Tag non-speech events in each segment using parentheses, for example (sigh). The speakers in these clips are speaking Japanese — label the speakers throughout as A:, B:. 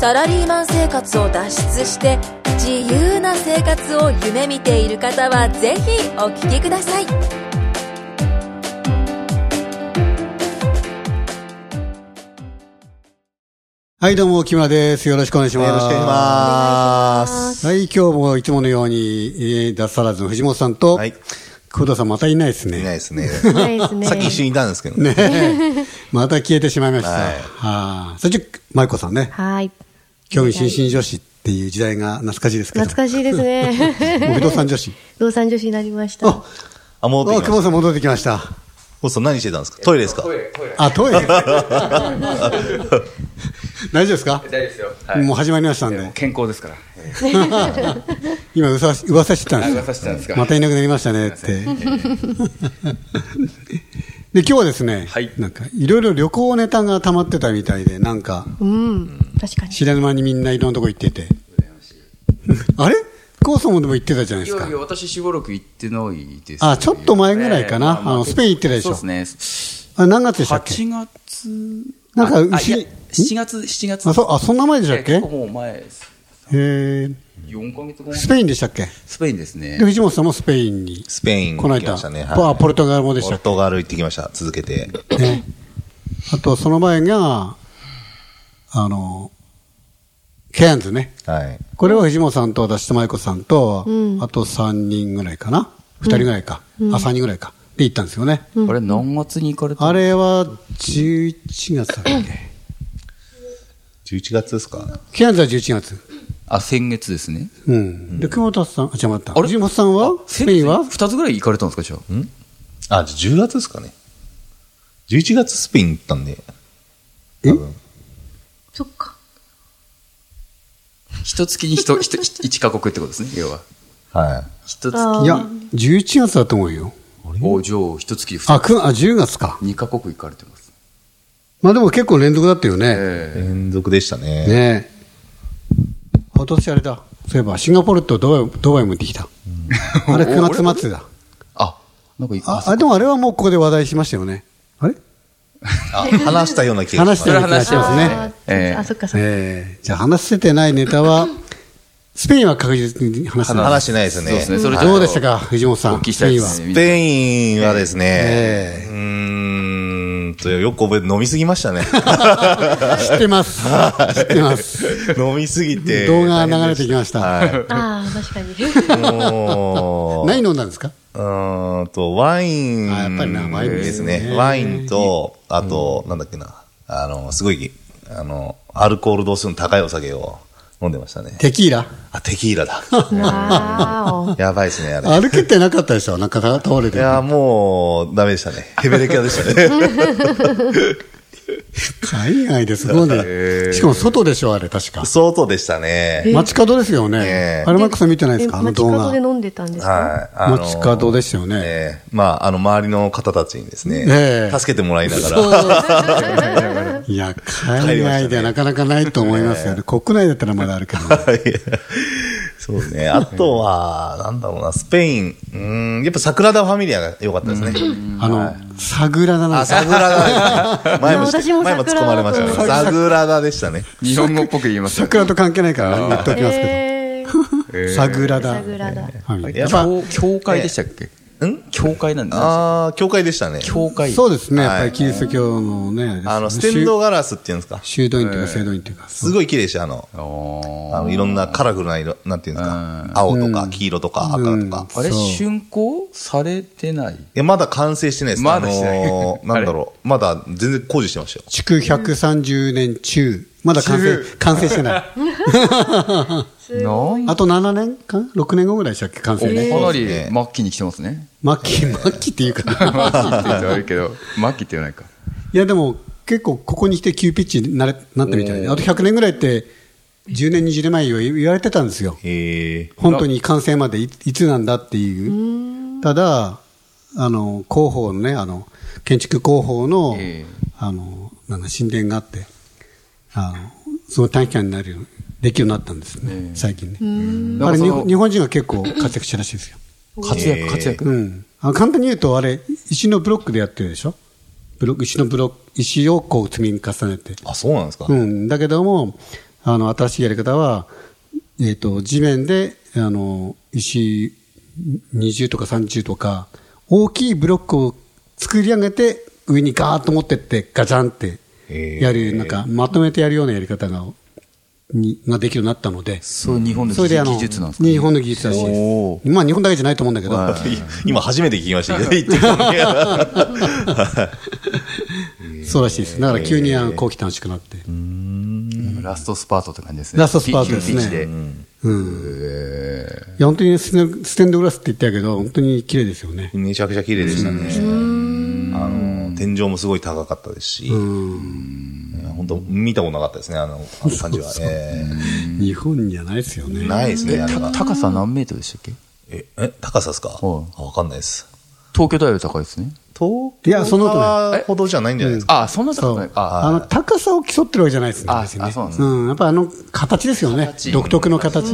A: サラリーマン生活を脱出して自由な生活を夢見ている方はぜひお聞きください
B: はい、どうも、木村です。よろしくお願いします。
C: よろしくお願いしま
A: お願い
C: す。
A: し
B: はい、今日もいつものように、えー、脱サラーズの藤本さんと、
C: はい。
B: 久保田さんまたいないです
C: いない
B: ね。
C: ですね。
D: ないですね。
C: さっき一緒にいたんですけどね。
B: ねまた消えてしまいました。
C: は
B: はいい。そして、舞子さんね、
D: はい。
B: 興味津々女子っていう時代が懐かしいですけど。
D: 懐かしいです
B: (laughs)
D: ね。
B: もう不動産女子。
D: 動産女子になりました。
B: あ
D: は、
C: あ、戻っ
B: あ
C: てき
B: 久保田さ
C: ました。
B: ん戻ってきました。
C: ホスト何してたんですかトイレですか
B: あ、トイレ。大丈夫ですか
E: 大丈夫ですよ。はい
B: もう始まりましたん
E: いやもう
B: で、
E: 健康ですから。え
B: 今噂し、噂してたんです
E: ー
B: よ。
E: 噂してたんですが。
B: またいなくなりましたねって。で、今日はですね、
E: はい
B: なんか、いろいろ旅行ネタが溜まってたみたいで、なんか、
D: うん。確かに。
B: 知らぬ間にみんないろんなとこ行ってて。あれコーソもでも行ってたじゃない
E: い
B: です
E: よ
B: か
E: い。よ私しばらく行ってないですよ。
B: あちょっと前ぐらいかな
E: ええま
B: あのスペイン行ってたでしょ
E: そうですね。
B: あれ何月でしたっけ
E: 八月。
B: なんか
E: あいや
B: 牛、
E: 七月七月。
B: あ、そう、あ、そんな前でしたっ
E: ええ
B: け
E: 結構もう前です。
B: えー
E: 四ヶ月後。
B: スペインでしたっけ
E: スペインですね
B: で、。藤本さんもスペインに、
C: スペイン
B: こ
C: 行
B: の
C: ってき
B: 間、
C: ましたね。
B: ポあポルトガルもでし
C: ポ
B: たっ
C: ル
B: け
C: トガル行ってきました。続けて。
B: ね、あと、その前が、あの、ケアンズね。
C: はい。
B: これは藤本さんと私と舞子さんと、
D: うん
B: あと3人ぐらいかな ?2 人ぐらいか、あ、3人ぐらいか。で行ったんですよね。
E: あれ何月に行かれた？
B: あ。れは11月だっけ
C: 11月ですか
B: ケアンズは11月。
E: あ先月ですね。
B: うん。で、久保田さん、あ、違う、待った。
E: あれ
B: 藤本さんは
E: あ
B: スペインは
E: 先月二つぐらい行かれたんですかじゃあ。
C: あ、じゃあ10月ですかね。11月スペイン行ったんで。
B: え
D: そっか。
E: 一月に一一一カ国ってことですね。要は
C: は
E: 一月。
D: あ
B: いや
D: あ。、
B: 11月だと思うよ。
E: お嬢一月
B: あ、
E: 二
B: くあ10月か。
E: 二カ国行かれてます。
B: まあでも結構連続だったよね。
E: ええ
C: い。連続でしたね。
B: ねえ。今年あれだ。そういえば、シンガポールとドバイドバイも行ってきた。あれ、9月末だ。
E: あ、なんかい
B: あ、あでもあれはもうここで話題しましたよね。あれ
C: あ話したような気がしま
B: 話
C: す
B: してる気がします
E: それ
B: ね
E: 話して。
D: あ
E: ええ
D: あ、そっかそっか。
B: ええじゃあ話せてないネタは、スペインは確実に話してない。
C: 話してないですね。
E: そうですね。それちょっと
B: どうでしたか、藤本さん。
E: お聞きしたいです
B: ス
C: ス
E: ね。
C: ペインはです
B: え
C: ね、うーんと、よく覚えて、飲みすぎましたね。
B: ペインは知って
E: (laughs)
B: ます。知ってます。 (laughs)
C: 飲みすぎて。
B: 動画が流れてきました
C: はい
D: ああ、確か
C: (laughs)
D: に。
C: もう、 (laughs)
B: 何飲んだんですか
C: うーんと、ワイン
B: あやっぱりなワイン
C: で
B: ですす
C: ね。
B: ね
C: ワインと、あと、なんだっけな、あの、すごい、あの、アルコール度数の高いお酒を飲んでましたね。
B: テキーラ
C: あ、テキーラだ。
B: (laughs)
D: わー
C: やばいですね、あれ。
B: 歩けてなかったでしょなんか倒れ
C: い
B: て。
C: や、もう、ダメでしたね。ヘベレキャでした
B: (laughs)
C: ね。
B: 海外ですごいね。しかも外でしょあれ、確か。
C: 相当でしたね。
B: 街角ですよね
C: え。え
B: あれ、マックさん見てないですか
D: え
B: あの
D: 街
B: 動
D: 角
B: 画
D: で。飲んでたんですか
C: はい。あの
B: 街角ですよね。
C: ええまあ、あの、周りの方たちにです
B: え
C: ね、
B: え
C: 助けてもらいながら、
B: いや、海外ではなかなかないと思いますよね。国内だったらまだあるけど。
C: はい (laughs) そうですね。あとは、なんだろうな、スペイン。うーん、やっぱサグラダ・ファミリアが良かったですね。
B: あの、サグラダなん
C: あ、
B: です
C: サグラダ。前も
D: いや私も
C: 前も突っ込まれましたね。
B: 桜だと
C: サグラダでしたね。
E: 日本語っぽく言いますよ。
B: 桜と関係ないから言っておきますけ
D: ええ。
B: ど。サグラダ。
D: サグラダ
B: ファミリー
C: や
B: や
C: っ
B: っ
C: ぱ
B: ぱ、
E: 教教会でしたっけ
C: うん
E: 教会なんだ。
C: ああ、教会でしたね。
E: 教会。
B: そうですね。やっぱ
C: は
B: り
C: い
B: キリスト教のね、
C: あの、ステンドガラスっていうんですか。
B: 修道院というか聖道院というか。
C: すごい綺麗でした、あの、
E: あー
C: あのいろんなカラフルな色、なんていうんですか。青とか黄色とか赤とか。
E: あれ、
B: そう
E: 竣工されてない
C: いや、まだ完成してないです。
E: まだしてない
C: あのーなんだろう。まだ全然工事してましたよ。
B: 築130年中。まだ完成、完成してない。あ
E: ない
B: と7年か ?6 年後ぐらいでしたっけ完成ね。
E: おかなり
C: そうですね
E: 末期に来てますね。
B: 末期、末期っていうか
E: 末
B: な。
E: 期って言うとあるけど、
B: (laughs)
E: 末期って言わないか。
B: いや、でも、結構ここに来て急ピッチになれなったみたいで。あと100年ぐらいって、10年、20年前よ言われてたんですよ。
C: へえ。
B: 本当に完成までいいつなんだっていう。ただ、あの、広報のね、あの、建築広報の、
E: ええ
B: あの、なんだ、神殿があって、あの、その短期間になるように、できるようになったんですね、
E: ええ
B: 最近ね。
E: な
B: あ
E: んか
B: れ
E: そ
B: 日
E: の
B: 本、日本人が結構活躍したらしいですよ。
E: 活
C: え
E: 躍、
C: ー
E: 活躍。
B: うん。あの簡単に言うと、あれ、石のブロックでやってるでしょブロック、石のブロック、石をこう積み重ねて。
C: あ、そうなんですか。
B: うん、だけども、あの、新しいやり方は、えっ、と、地面で、あの、石20とか30とか、大きいブロックを作り上げて、上にガーッと持ってって、ガチャンって
C: へー
B: やる、なんか、まとめてやるようなやり方が、にができるようになったので、
E: そういう日本の
B: それであの、
E: 技術なんですかね
B: 日本の技術らしい
E: お
B: です。まあ、日本だけじゃないと思うんだけど、
C: (laughs) 今初めて聞きましたけど、言ってたのに
B: そうらしいです。だから急にあの後期短縮になって。
E: ラストスパートって感じですね。
B: ラストスパートですね
E: ピッチで
B: いや、本当にステステンドグラスって言ったけど、本当に綺麗ですよね。
C: めちゃくちゃ綺麗でしたね。あの、天井もすごい高かったですし、本当見たことなかったですね、あの、あの感じは。え
B: 日本じゃないですよ
C: ー
B: ね。
C: ないですね、あれ
E: た
C: が。
E: 高さ何メートルでしたっけ
C: え、え高さですかあ
E: はい
C: わかんないです。
E: 東京タワーより高いですね。
C: 東
B: いやそんなことない
C: い。ほどじゃないんじゃないですか。
E: あ、そんな高くない。あ、
B: あの高さを競ってるわけじゃないですね。
E: あ
B: 別にね
E: あそうなんですね
B: うん、やっぱあの形ですよね。
E: 形
B: 独特の形。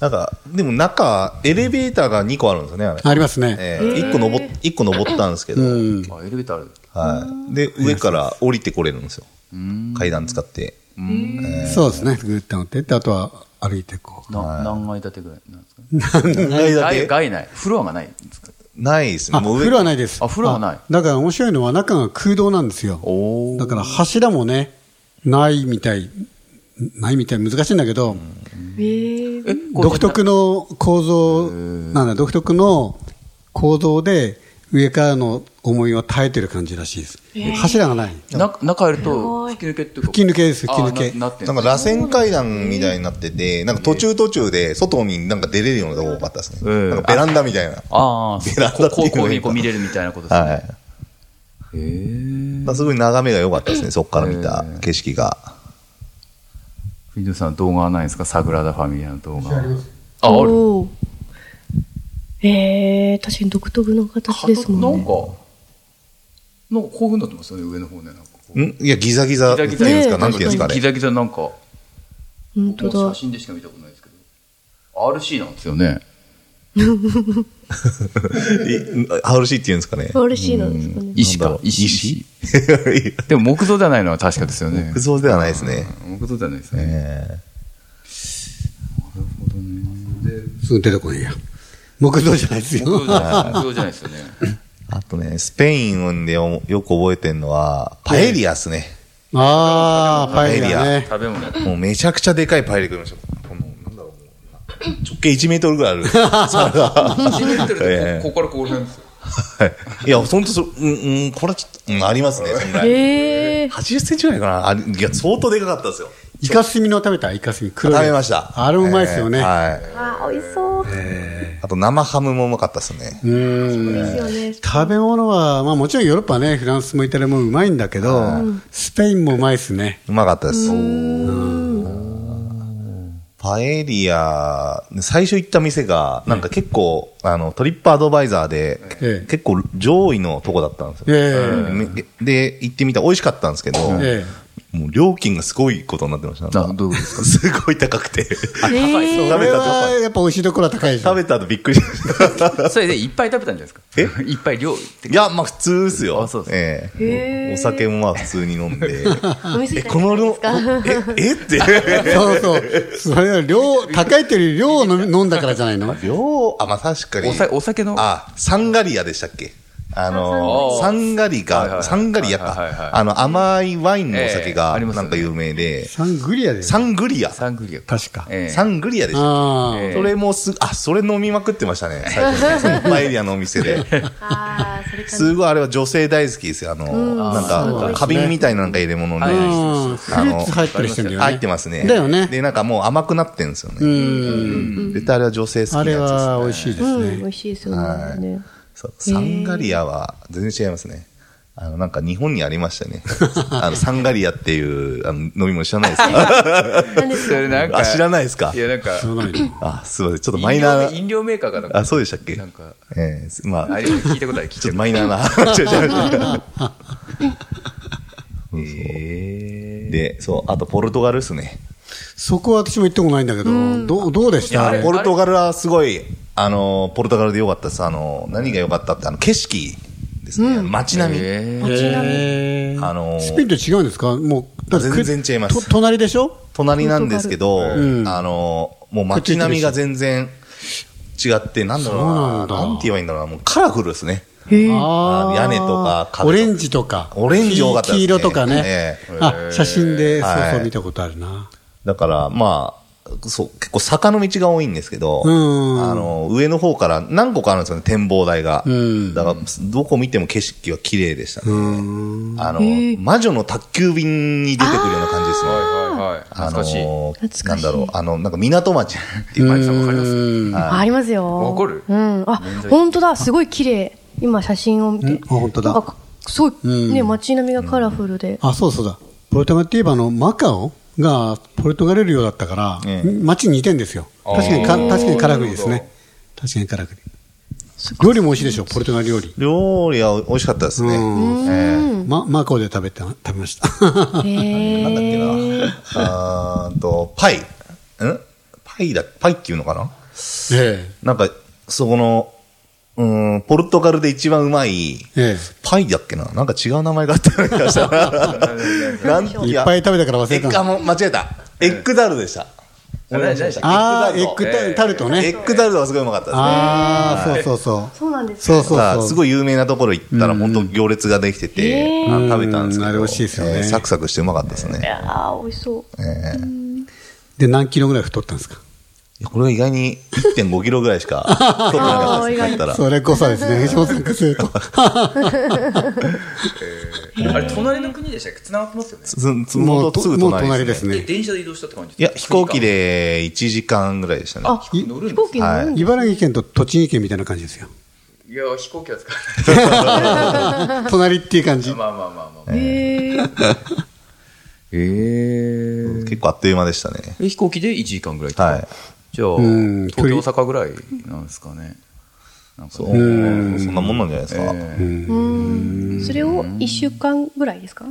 C: なんか、でも中、エレベーターが2個あるんですよね、あれ。
B: ありますね。
C: えー一個登っ、一個登ったんですけど、
B: うん。
E: あエレベーターある。
C: はい。で、上から降りてこれるんですよ。階段使って。
B: そうですね。ぐーっと乗ってって、あとは歩いてこう。
E: な何階建てぐらいなんですか
C: ないだ
E: 外
C: け
E: 外内。フロアがないんですか
C: ないですね。
B: あ、
C: もう
B: 風
C: 上
B: 呂はないです。
E: あ風呂はない
B: あだから面白いのは中が空洞なんですよ。
E: お
B: だから柱もね、ないみたい、ないみたい難しいんだけど、
D: ええ。
E: え、
B: 独特の構造、なんだ、独特の構造で上からの思いを耐えてる感じらしいです。柱がない。
E: な中入ると、吹き抜けって吹
B: 吹き抜けです吹き抜け
E: なってん
C: なんか螺旋階段みたいになってて、なんか途中途中で外になんか出れるようなとこ多かったですね。
E: ええ
C: なんかベランダみたいな。
E: ああ、
C: ベランダって
E: こ
C: いううのがいいか
E: こういうふうにこう見れるみたいなことですね。
C: はい。なんかすごい眺めが良かったですね、そこから見た景色が。
E: 藤野さん動画はないですかサグラダ・ファミリアの動画。あ、ある。
D: おーええ、確かに独特の形ですもん
E: なん
D: ね。
E: か、なんかこういうふうになってますよね、上の方ね。なんかこ
C: んいや、ギザギザっていうん
E: ギザギザ
C: ですか、
D: ねえ
C: なんていうんですか
E: うギ
C: ね。
E: ザギザなんか、
D: 本
E: 僕
D: 当
E: も
D: だ
E: 写。真でしか見たことないですけど。RC なんですよね。
C: え RC っていうんですかね。 (laughs)
D: 嬉しいなんですかね。
E: 石
C: なんだ
E: か
C: ろ。う
E: 石。でも木造ではないのは確かですよね
C: 不。造ではないですね。
E: 木造ではないですね。
C: ええ
B: すぐ出てこないや。木造じゃないです
E: 木造
B: よ。
E: じゃない木造じゃないですよね。
C: あとね、スペインでよく覚えてるのは、パエリアですね。
B: ああ、パエリアね。
E: 食べ物やって
C: もうめちゃくちゃでかいパエリア食いました。この、なんだろう、もう直径1メートルぐらいあ
E: (laughs)
C: る。皿がええ
E: ここからここら辺ですよ。
C: はいいや、ほんとそ、うん、うん、これはちょっと、うん、ありますね、そんぐらい。
D: ええ。
C: 80センチぐらいかなあいや、相当でかかったですよ。
B: イカスミの食べたイカスミ。黒い
C: 食べました。
B: あれうまいですよね。
C: えーはい。
D: ああ、美味しそう。
C: あと、生ハムもうまかったですね。
B: うん。
D: ですよね。
B: 食べ物は、まあもちろんヨーロッパはね、フランスもイタリアもうまいんだけど、スペインもうまいですね。
C: うまかったです。パエリア、最初行った店が、なんか結構、あの、トリップアドバイザーで、
B: ええ
C: 結構上位のとこだったんですよ。
B: え
C: で、行ってみたら美味しかったんですけど、
B: え
C: もう料金がすごいことになってました。
E: あどういうことです
C: (laughs)
E: か
C: すごい高くて。食
B: えそれはやっぱ美味しいところは高いでしょ。
C: べた後びっくりしました。
E: それでいっぱい食べたんじゃないですか。えいっぱい量。
C: いや、まあ普通ですよ。
E: あそうです
C: ええ
D: へえ
C: お酒もまあ普通に飲んで。
D: お店
C: え、
D: じゃ
C: こ
D: な
C: の
D: いで
C: 量
D: す
C: え、
D: か、
C: え
B: (laughs)
C: って。
B: そうそう。それは量、高いっていうより量を飲み飲んだからじゃないの
C: 量、あ、まあ確かに。
E: おさお酒の。
C: あ、サンガリアでしたっけあのー、
E: サ
C: サンガリ
E: はいはいは
C: が、
E: い
C: サンガリア
E: はいはいはい
C: か。あの、甘いワインのお酒
E: ええ
C: が、
E: あります
C: な
E: よね
C: んか有名で、
B: サングリアで
C: サングリア。
E: サングリア。
B: 確か。
E: ええ
C: サングリアでしたっ
B: あ
E: え
C: け。
E: え
C: それもす、あ、それ飲みまくってましたね。最初ねそのパエリアのお店で。
D: ああ、それか
C: すごいあれは女性大好きですよ。あのー、
E: そう
C: なん
E: で
C: か、
E: す
C: 花瓶みたいななんか入れ物に
E: は
B: あ。う
E: い
B: ん。フルーツ入ってる人だよね。
C: 入ってますね。
B: だよね。
C: で、なんかもう甘くなってんですよ
B: う
C: ね。
B: ん。
C: 絶対あれは女性好きな
B: あ
C: やつで
B: れ
C: すね。
B: は美味しいで
D: う
B: す
D: ん、美
B: ね。
D: 味しいですよね。
C: そうサンガリアは全然違いますね。あの、なんか日本にありました
B: (laughs)
C: ね。あの、サンガリアっていう、あの、飲み物知らない
E: (laughs)
C: ですか
D: なんです
E: それなんか
C: あ、知らないですか
E: いやなんか
B: 知らないの。
C: あ、すいません。ちょっとマ
E: 飲
C: イ
E: 料
C: ナ
E: メ
C: ー
E: 飲料メーカーがなん
C: な、
E: か
C: あ、そうでしたっけ
E: なんか
C: ええまあ、
E: あれ聞いたことある聞い
C: ち
E: た
C: ょっ
E: こととあ
C: マ
E: る
C: イナーな。 (laughs)
E: (laughs)
C: 違う違う違う
E: えー
C: で、そう、あとポルトガルですね。
B: そこは私も行ったことないんだけど、どうどうでし
E: いや
B: たあ
E: あれ
B: れ
C: ポルトガルはすごい、あの、ポルトガルで良かったです。あの、何が良かったって、あの、景色ですね。街並み。
E: えー
B: へー
C: あのー
B: スペインと違うんですかもう、だってく
C: 全然違います
B: と隣でしょ
C: 隣なんですけど、
B: ル
C: あの、もう街並みが全然違って、なんだろうな、
B: そうなんだ
C: なんて言えばいいんだろうな、もうカラフルですね。
B: あー
C: 屋根とか壁とか
B: オレンジとか。
C: オレンジ多かったですね
B: 黄色とかね
C: え。
B: あ、写真で、そう
C: はい
B: そう見たことあるな。
C: だから、まあ、そう、結構坂の道が多いんですけど、
B: うん
C: あの、上の方から何個かあるんですよね、展望台が。
B: ん
C: だから、どこ見ても景色は綺麗でしたね。あの、魔女の宅急便に出てくるような感じですね。
E: はいはいはい
C: あ
E: 懐かしい
C: の
D: 懐
C: な
D: か
C: ん
D: しい
C: だろう、あの、なんか港町っていう
E: マリさんわかります
B: うんあ、
D: あありますよ。
E: わかる
D: うん。あ、本当だ。すごい綺麗。今写真を見て。
B: 本当
D: なん
B: だ。
D: か、すごい、ね、街並みがカラフルで。
B: あ、そうそうだ。ポルトガルって言えば、あの、マカオがポルトガル領だったから、
C: ええ
B: 街に似てんですよ。
E: あー
B: 確かにか、確かにカラフルです
E: なる
B: ね。確かにカラフル。料理も美味しいでしょ、ポルトガル料理。
C: 料理は美味しかったですね。え
B: ま、マカオで食べた、食べました。 (laughs)
D: へ
C: え
D: え。
C: なんだっけな。あーんと、パイ。んパイだ、パイっていうのかな
B: え
C: なんか、そこの、うーん、ポルトガルで一番うまい、
B: え。え
C: パイだっけななんか違う名前があったような気がしたな。なん
B: え。いっぱい食べたから忘れ
C: エッグ、あ
B: た。
C: もう間違えた。エッグダルでした。
E: 何何何
B: ああ、エッ
C: エ
E: え
B: グ
E: え
B: タルト
C: エ
B: ね。
C: ッグダルトがすごいうまかったですね。
B: ああ、そうそうそう。
D: そうなんです
B: そうそう
C: さ
B: そ
C: あ
B: う。
C: すごい有名なところ行ったら、本当行列ができてて、あ食べたんですけ
B: うん
C: ど。
B: あれ美味しいですよね
C: えーサクサクしてうまかったです
D: い
C: ね。
D: やー、美味しそう。
C: えー
B: で、何キロぐらい太ったんですか
C: いやこれは意外に1.5キロぐらいしか取ってなかったです帰ったら。
B: それ誤差です
C: (laughs)
B: ね。小参加すると。
E: あれ隣の国でしたっけ繋がってますよね
C: すす
B: も
C: も
B: う
C: う
B: と
C: すぐ
B: もう隣
C: 隣
B: で
C: ですすね。
E: え
B: ね。
E: 電車で移動したって感じ
C: いや、飛行機で1時間ぐらいでしたね。
D: あ、
E: 乗る
D: 飛
E: ん
D: 行機
E: です
D: 乗るんだ
B: 茨城県と栃木県みたいな感じですよ。
E: いや飛行機は使わ
B: (laughs) 隣っていう感じ
E: ない。まあまあまあまあ
D: へー
E: (laughs) えー
C: 結構あっという間でしたね。
E: え飛行機で1時間ぐらいとか
C: はい。
E: じゃあ
B: ん
E: 東京大阪ぐらいなんですかねなんか
C: そう。
E: ね
C: そんなもんなんじゃないですか。
D: それを1週間ぐらいですか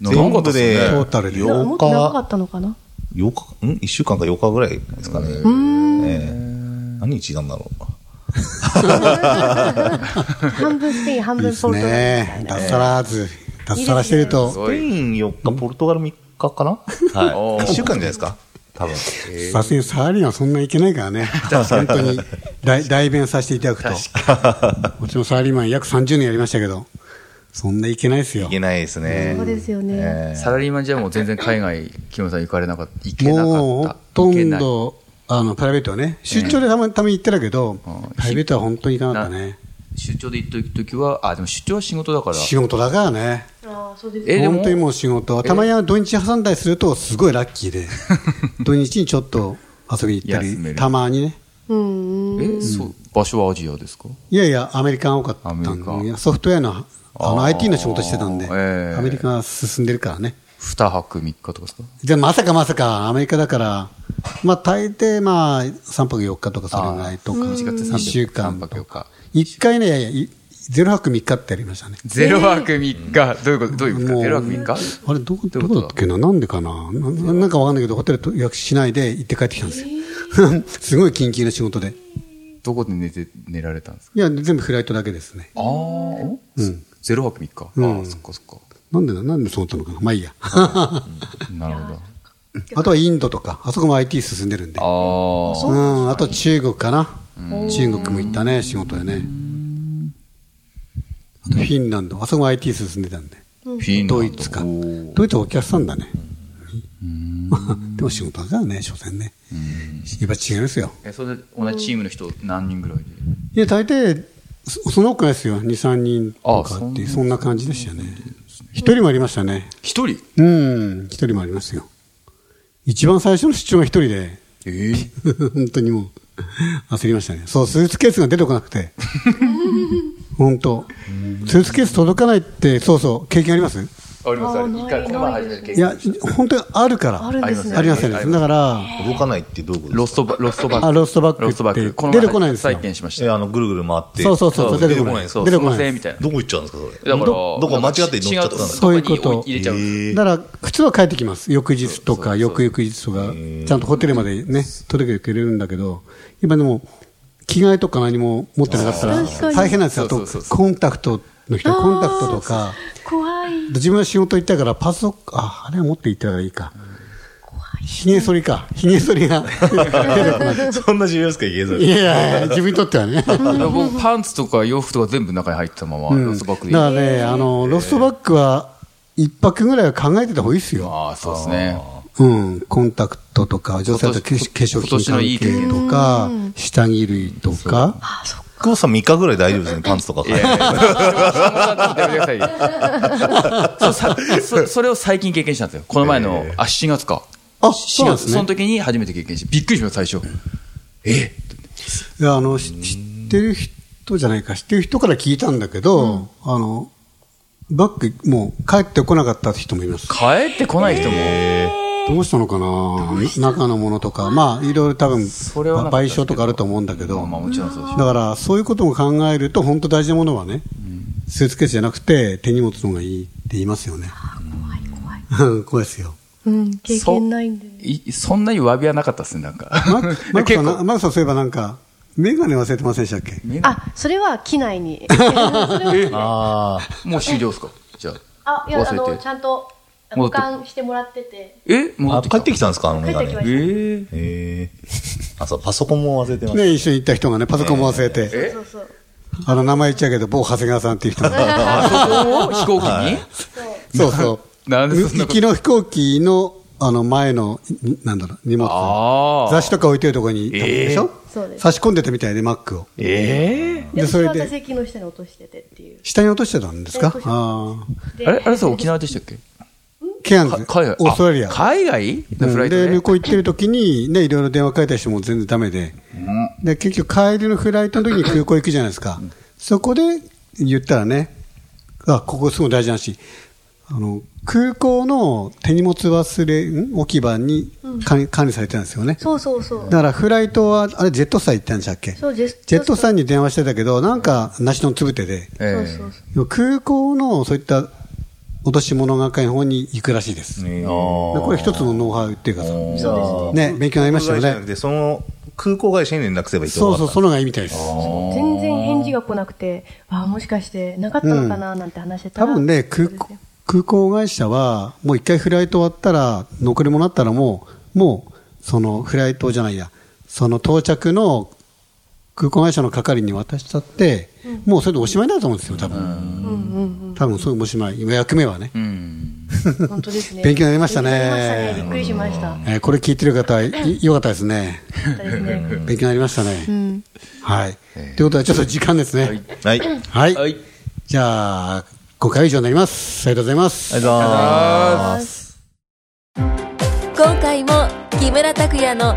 E: なんかですね
B: トータルで。
D: なもっと長かったのかな (laughs)
C: 8日、ん ?1 週間か8日ぐらいですかね。ええ何日なんだろう。
D: 半分スペイン、半
B: いいで
D: 分
B: す
D: ポルトガル。
B: ね。脱サラーズ。脱サラしてる
E: す
B: と、
E: ご
C: スペ
E: い
C: イン4日、ポルトガル3日かなは
E: おー
C: い。1週間じゃないですか多分。
B: さすがにサラリーマンはそんないけないからね。
E: (laughs)
B: 本当に代代弁させていただくと。うちもサラリーマン約30年やりましたけど、そんないけないですよ
C: いけ。ないですね
D: そう。ですよね。
C: ええ
E: サラリーマンじゃもう全然海外木村さん行かれなかった行けなかった
B: もうほとん
E: 行
B: ど、あの、プライベートはね、出張でたまたまに行ってたけど、
E: ん
B: プライベートは本当に行か
E: け
B: なか
E: な
B: ったね。
E: 出張で行った時はあでも出張は仕事だから
B: 仕事だからね。
D: ああ、そうです。
E: えでも
B: 本当にもう仕事は。たまには土日挟んだりすると、すごいラッキー
E: (laughs)
B: で。土日にちょっと遊びに行った
E: 休め
B: り、
E: る
B: たまにね。
D: うん。
E: えそう場所はアジアですか
B: いやいや、アメリカン多かったん
E: アメリカ
B: でいや、ソフトウェアの、あの、
E: あー
B: IT の仕事してたんで、
E: ええ
B: アメリカが進んでるからね。
E: 2泊3日とかですか
B: じゃあまさかまさか、アメリカだから、まあ大抵まあ3泊4日とかそれぐらいとか、
E: 1月3
B: 1週間と
E: 3泊4
B: か
E: 日。
B: 1回ね、いやいやい0泊3日ってやりましたね。
E: ゼロ泊3日、どういうことどういうことです
B: も
E: か
B: う
E: ゼロ泊3日
B: あれどこ、ど
E: どうい
B: こ
E: うこ
B: だ
E: と
B: ったっけななんでかななななんかわかんないけど、ホテルと予約しないで行って帰ってきたんですよ。 (laughs) すごい緊急な仕事で。
E: どこで寝て、寝られたんですか
B: いや、全部フライトだけですね。
E: ああ、ゼロ泊3日。ああ、そっかそっか。
B: なんでだ、なんでそう思ったのかなまあいいや。
E: なるほど。
B: あとはインドとか、あそこも IT 進んでるんで。
E: ああ、
B: うん、あと中国かな。中国も行ったね、仕事でね。あとフィンランド、あそこも IT 進んでたんで。
E: フィンランド
B: ドイツか。
E: おー
B: ドイツはお客さんだね。まあ (laughs) でも仕事だからね、所詮ね。やっぱ違いますよ。
E: え、それで同じチームの人何人ぐらいで
B: いや、大抵、そそのくらいですよ。2、3人と
E: あ
B: か
E: そん
B: っ
E: な
B: ていう、そんな感じでしたよね。一人もありましたね。
E: 一人
B: うん、一人もありますよ。一番最初の出張が一人で、 (laughs)
E: ええ。
B: 本当にもう、焦りましたね。そう、スーツケースが出てこなくて。本当。スーツケース届かないって、そうそう、経験あります
E: ありますあ
D: あーない
E: ります一回この前初めて経
B: いや
E: 験し、
B: 本当にあるから。
D: あるんですね
B: ありませんね。だから、
C: 動かないってどういうこと
E: ロ
C: です
E: ストバロストバック
B: あロストバック
E: ロストバ
B: っ
E: ッ
B: て
E: クこの前
B: 出てこないんですよ
E: 再建しまし
C: かえ
E: た
C: あの、ぐるぐる回って。
B: そうそうそうそう、出
E: 出
B: て
E: て
B: こ
E: こ
B: な。
E: ないい
B: 出てこない
E: み。たいな
C: どこ行っちゃうんですか、それ。
E: だから
C: どこ間違って乗っちゃったんだ
E: 違うそういうこと入れちゃう
C: え
B: だから、普通は帰ってきます。翌日とか、
E: そうそう
B: 翌々日とか、ちゃんとホテルまでね、届けてくれるんだけど、今でも、着替えとか何も持ってなかったら
D: 確か、に
B: 大変なんですよ。あと
E: そうそう、そう
B: コンタクトの人、コンタクトとか、
D: 怖い。
B: 自分は仕事行ったから、パソコン、あ、あれは持って行ったらいいか。ひげ剃りか。ひげ剃り
E: (laughs)
B: が。
C: そんな重要ですか、家
B: い
C: 族。
B: やいやいや、自分にとっては
E: (laughs)
B: ね。
E: 僕パンツとか洋服とか全部中に入ってたままロストバックで
B: だからね、あの、ロストバッグは、一泊ぐらいは考えてた方がいいですよ。
E: ああそうですね
B: うん。コンタクトとか、女性と化
E: 今年
B: 粧
E: 今年の
B: 品
E: いい経
B: 関係
E: 験
B: とか、下着類とか。
C: 久保さん3日ぐらい大丈夫ですね、パンツとか。
E: (laughs) そさそそれを最近経験したんですよこの前のあ7月か
B: あ、
E: 7
B: そうなんで
E: 月
B: す
E: その
B: ね。
E: 時に初めて経験してびっくりしました最初え
B: いやあの、し知ってる人じゃないか、知ってる人から聞いたんだけど、あの、バッグ、もう帰ってこなかった人もいます。
E: 帰ってこない人も
B: どうしたのかな中のものとか、まあ、いろいろ多分、
E: それは
B: 賠
E: なかったですけど
B: 償とかあると思うんだけど、
E: まあもちろんそうでしょ
B: だから、そういうことも考えると、本当大事なものはね、スーツケースじゃなくて、手荷物の方がいいって言いますよね。
D: 怖い怖い。
B: うん怖いですよ。
D: うん、経験ないんで。
E: いそんなに詫びはなかったですねなんか
B: ママークさ
E: (laughs) 結
B: ん
E: 構
B: な、マークさんそういえばなんか、メガネ忘れてませんでしたっけ
D: あ、それは機内
E: (laughs)
D: に。それ
C: あ
D: は
C: あ。
E: もう終了ですかじゃあ
D: あ、いや、あ
E: 忘
D: の、
E: れ
D: ち
E: て
D: ゃんと
E: 戻っ
D: 保
E: て
D: 管してもらってて。
E: え戻
C: あ
E: ってき
C: 帰
E: た
C: ってきたんですか、あのメガ
D: 帰ってき
C: ネ
D: ま。し
E: ええ
C: ええ。あ、そう、パソコンも忘れてました。
B: ね、一緒に行った人がね、パソコンも忘れて、
E: え
D: そうそう。
B: あの、名前言っちゃうけど、某長谷川さんっていう
E: (laughs)
B: 人が。
E: あそこを飛行機に、
B: そうそう。
E: なんでそんな
B: 行
E: こと
B: きの飛行機の、あの、前の、んなんだろう、荷物。
E: ああ
B: 雑誌とか置いてるとこに、でしょ
D: そうです
B: 差し込んでたみたいで、マックを。
E: ええ
B: で、そ
D: 私
B: れ
D: は
B: で、
D: 席の下に落としててっていう。
B: 下に落としてたんですか
D: 落としてた
B: ああ。
D: で
E: あれあれさ沖縄でしたっけ
B: ケアンズ
E: か、海外
B: オーストラリア
E: あ。海外のフライト
B: で、
E: で
B: 向こう行ってる時に、ね、いろいろ電話かえたりしても全然ダメで。で、結局帰りのフライトの時に空港行くじゃないですか。そこで言ったらね、あ、ここすごい大事な話。あの、空港の手荷物忘れ、ん置き場に管理管理されてたんですよね。
D: そうそうそう
B: だ。からフライトは、あれジェットスター行ったんでしたっけ
D: そうジェットスター
B: ジェットスターに電話してたけど、なんか、梨のつぶてで。
E: え
D: そう
E: え
D: そうそう。
B: 空港のそういった落とし物係の方に行くらしいです。
C: ええ
B: でこれ一つのノウハウっていうかさ、
D: そうですね。
B: ね、勉強になりました
C: じゃ
B: よ
C: なく
B: ね。
C: て、その、空港会社に連絡すればいいと
B: そ
C: 思
B: うそう、その方がいいみたいです。
D: 全然返事が来なくて、ああ、もしかしてなかったのかななんて話してた
B: 多
D: ら、
B: 分ね、空港空港会社は、もう一回フライト終わったら、残り物あったらもう、もう、そのフライトじゃないや、その到着の空港会社の係に渡しちゃって、もうそれでおしまいだと思うんですよ、多分。
D: うんうん
B: 多分そういうおしまい、役目はね。
E: うん
D: うん、本当ですね。
B: 勉強になりましたね
D: 勉強になりましたね。びっくりしました。
B: えーこれ聞いてる方は、いよかったですね。
D: よかったですね。
B: 勉強になりました
D: う
B: ね。
D: ん。
B: はい。ということは、ちょっと時間ですね。
C: う。はい。ありがとう
B: はい。
E: はい
B: じゃあ、今回は以上になります。ありがとうございます。
C: ございます。
A: 今回も木村拓哉の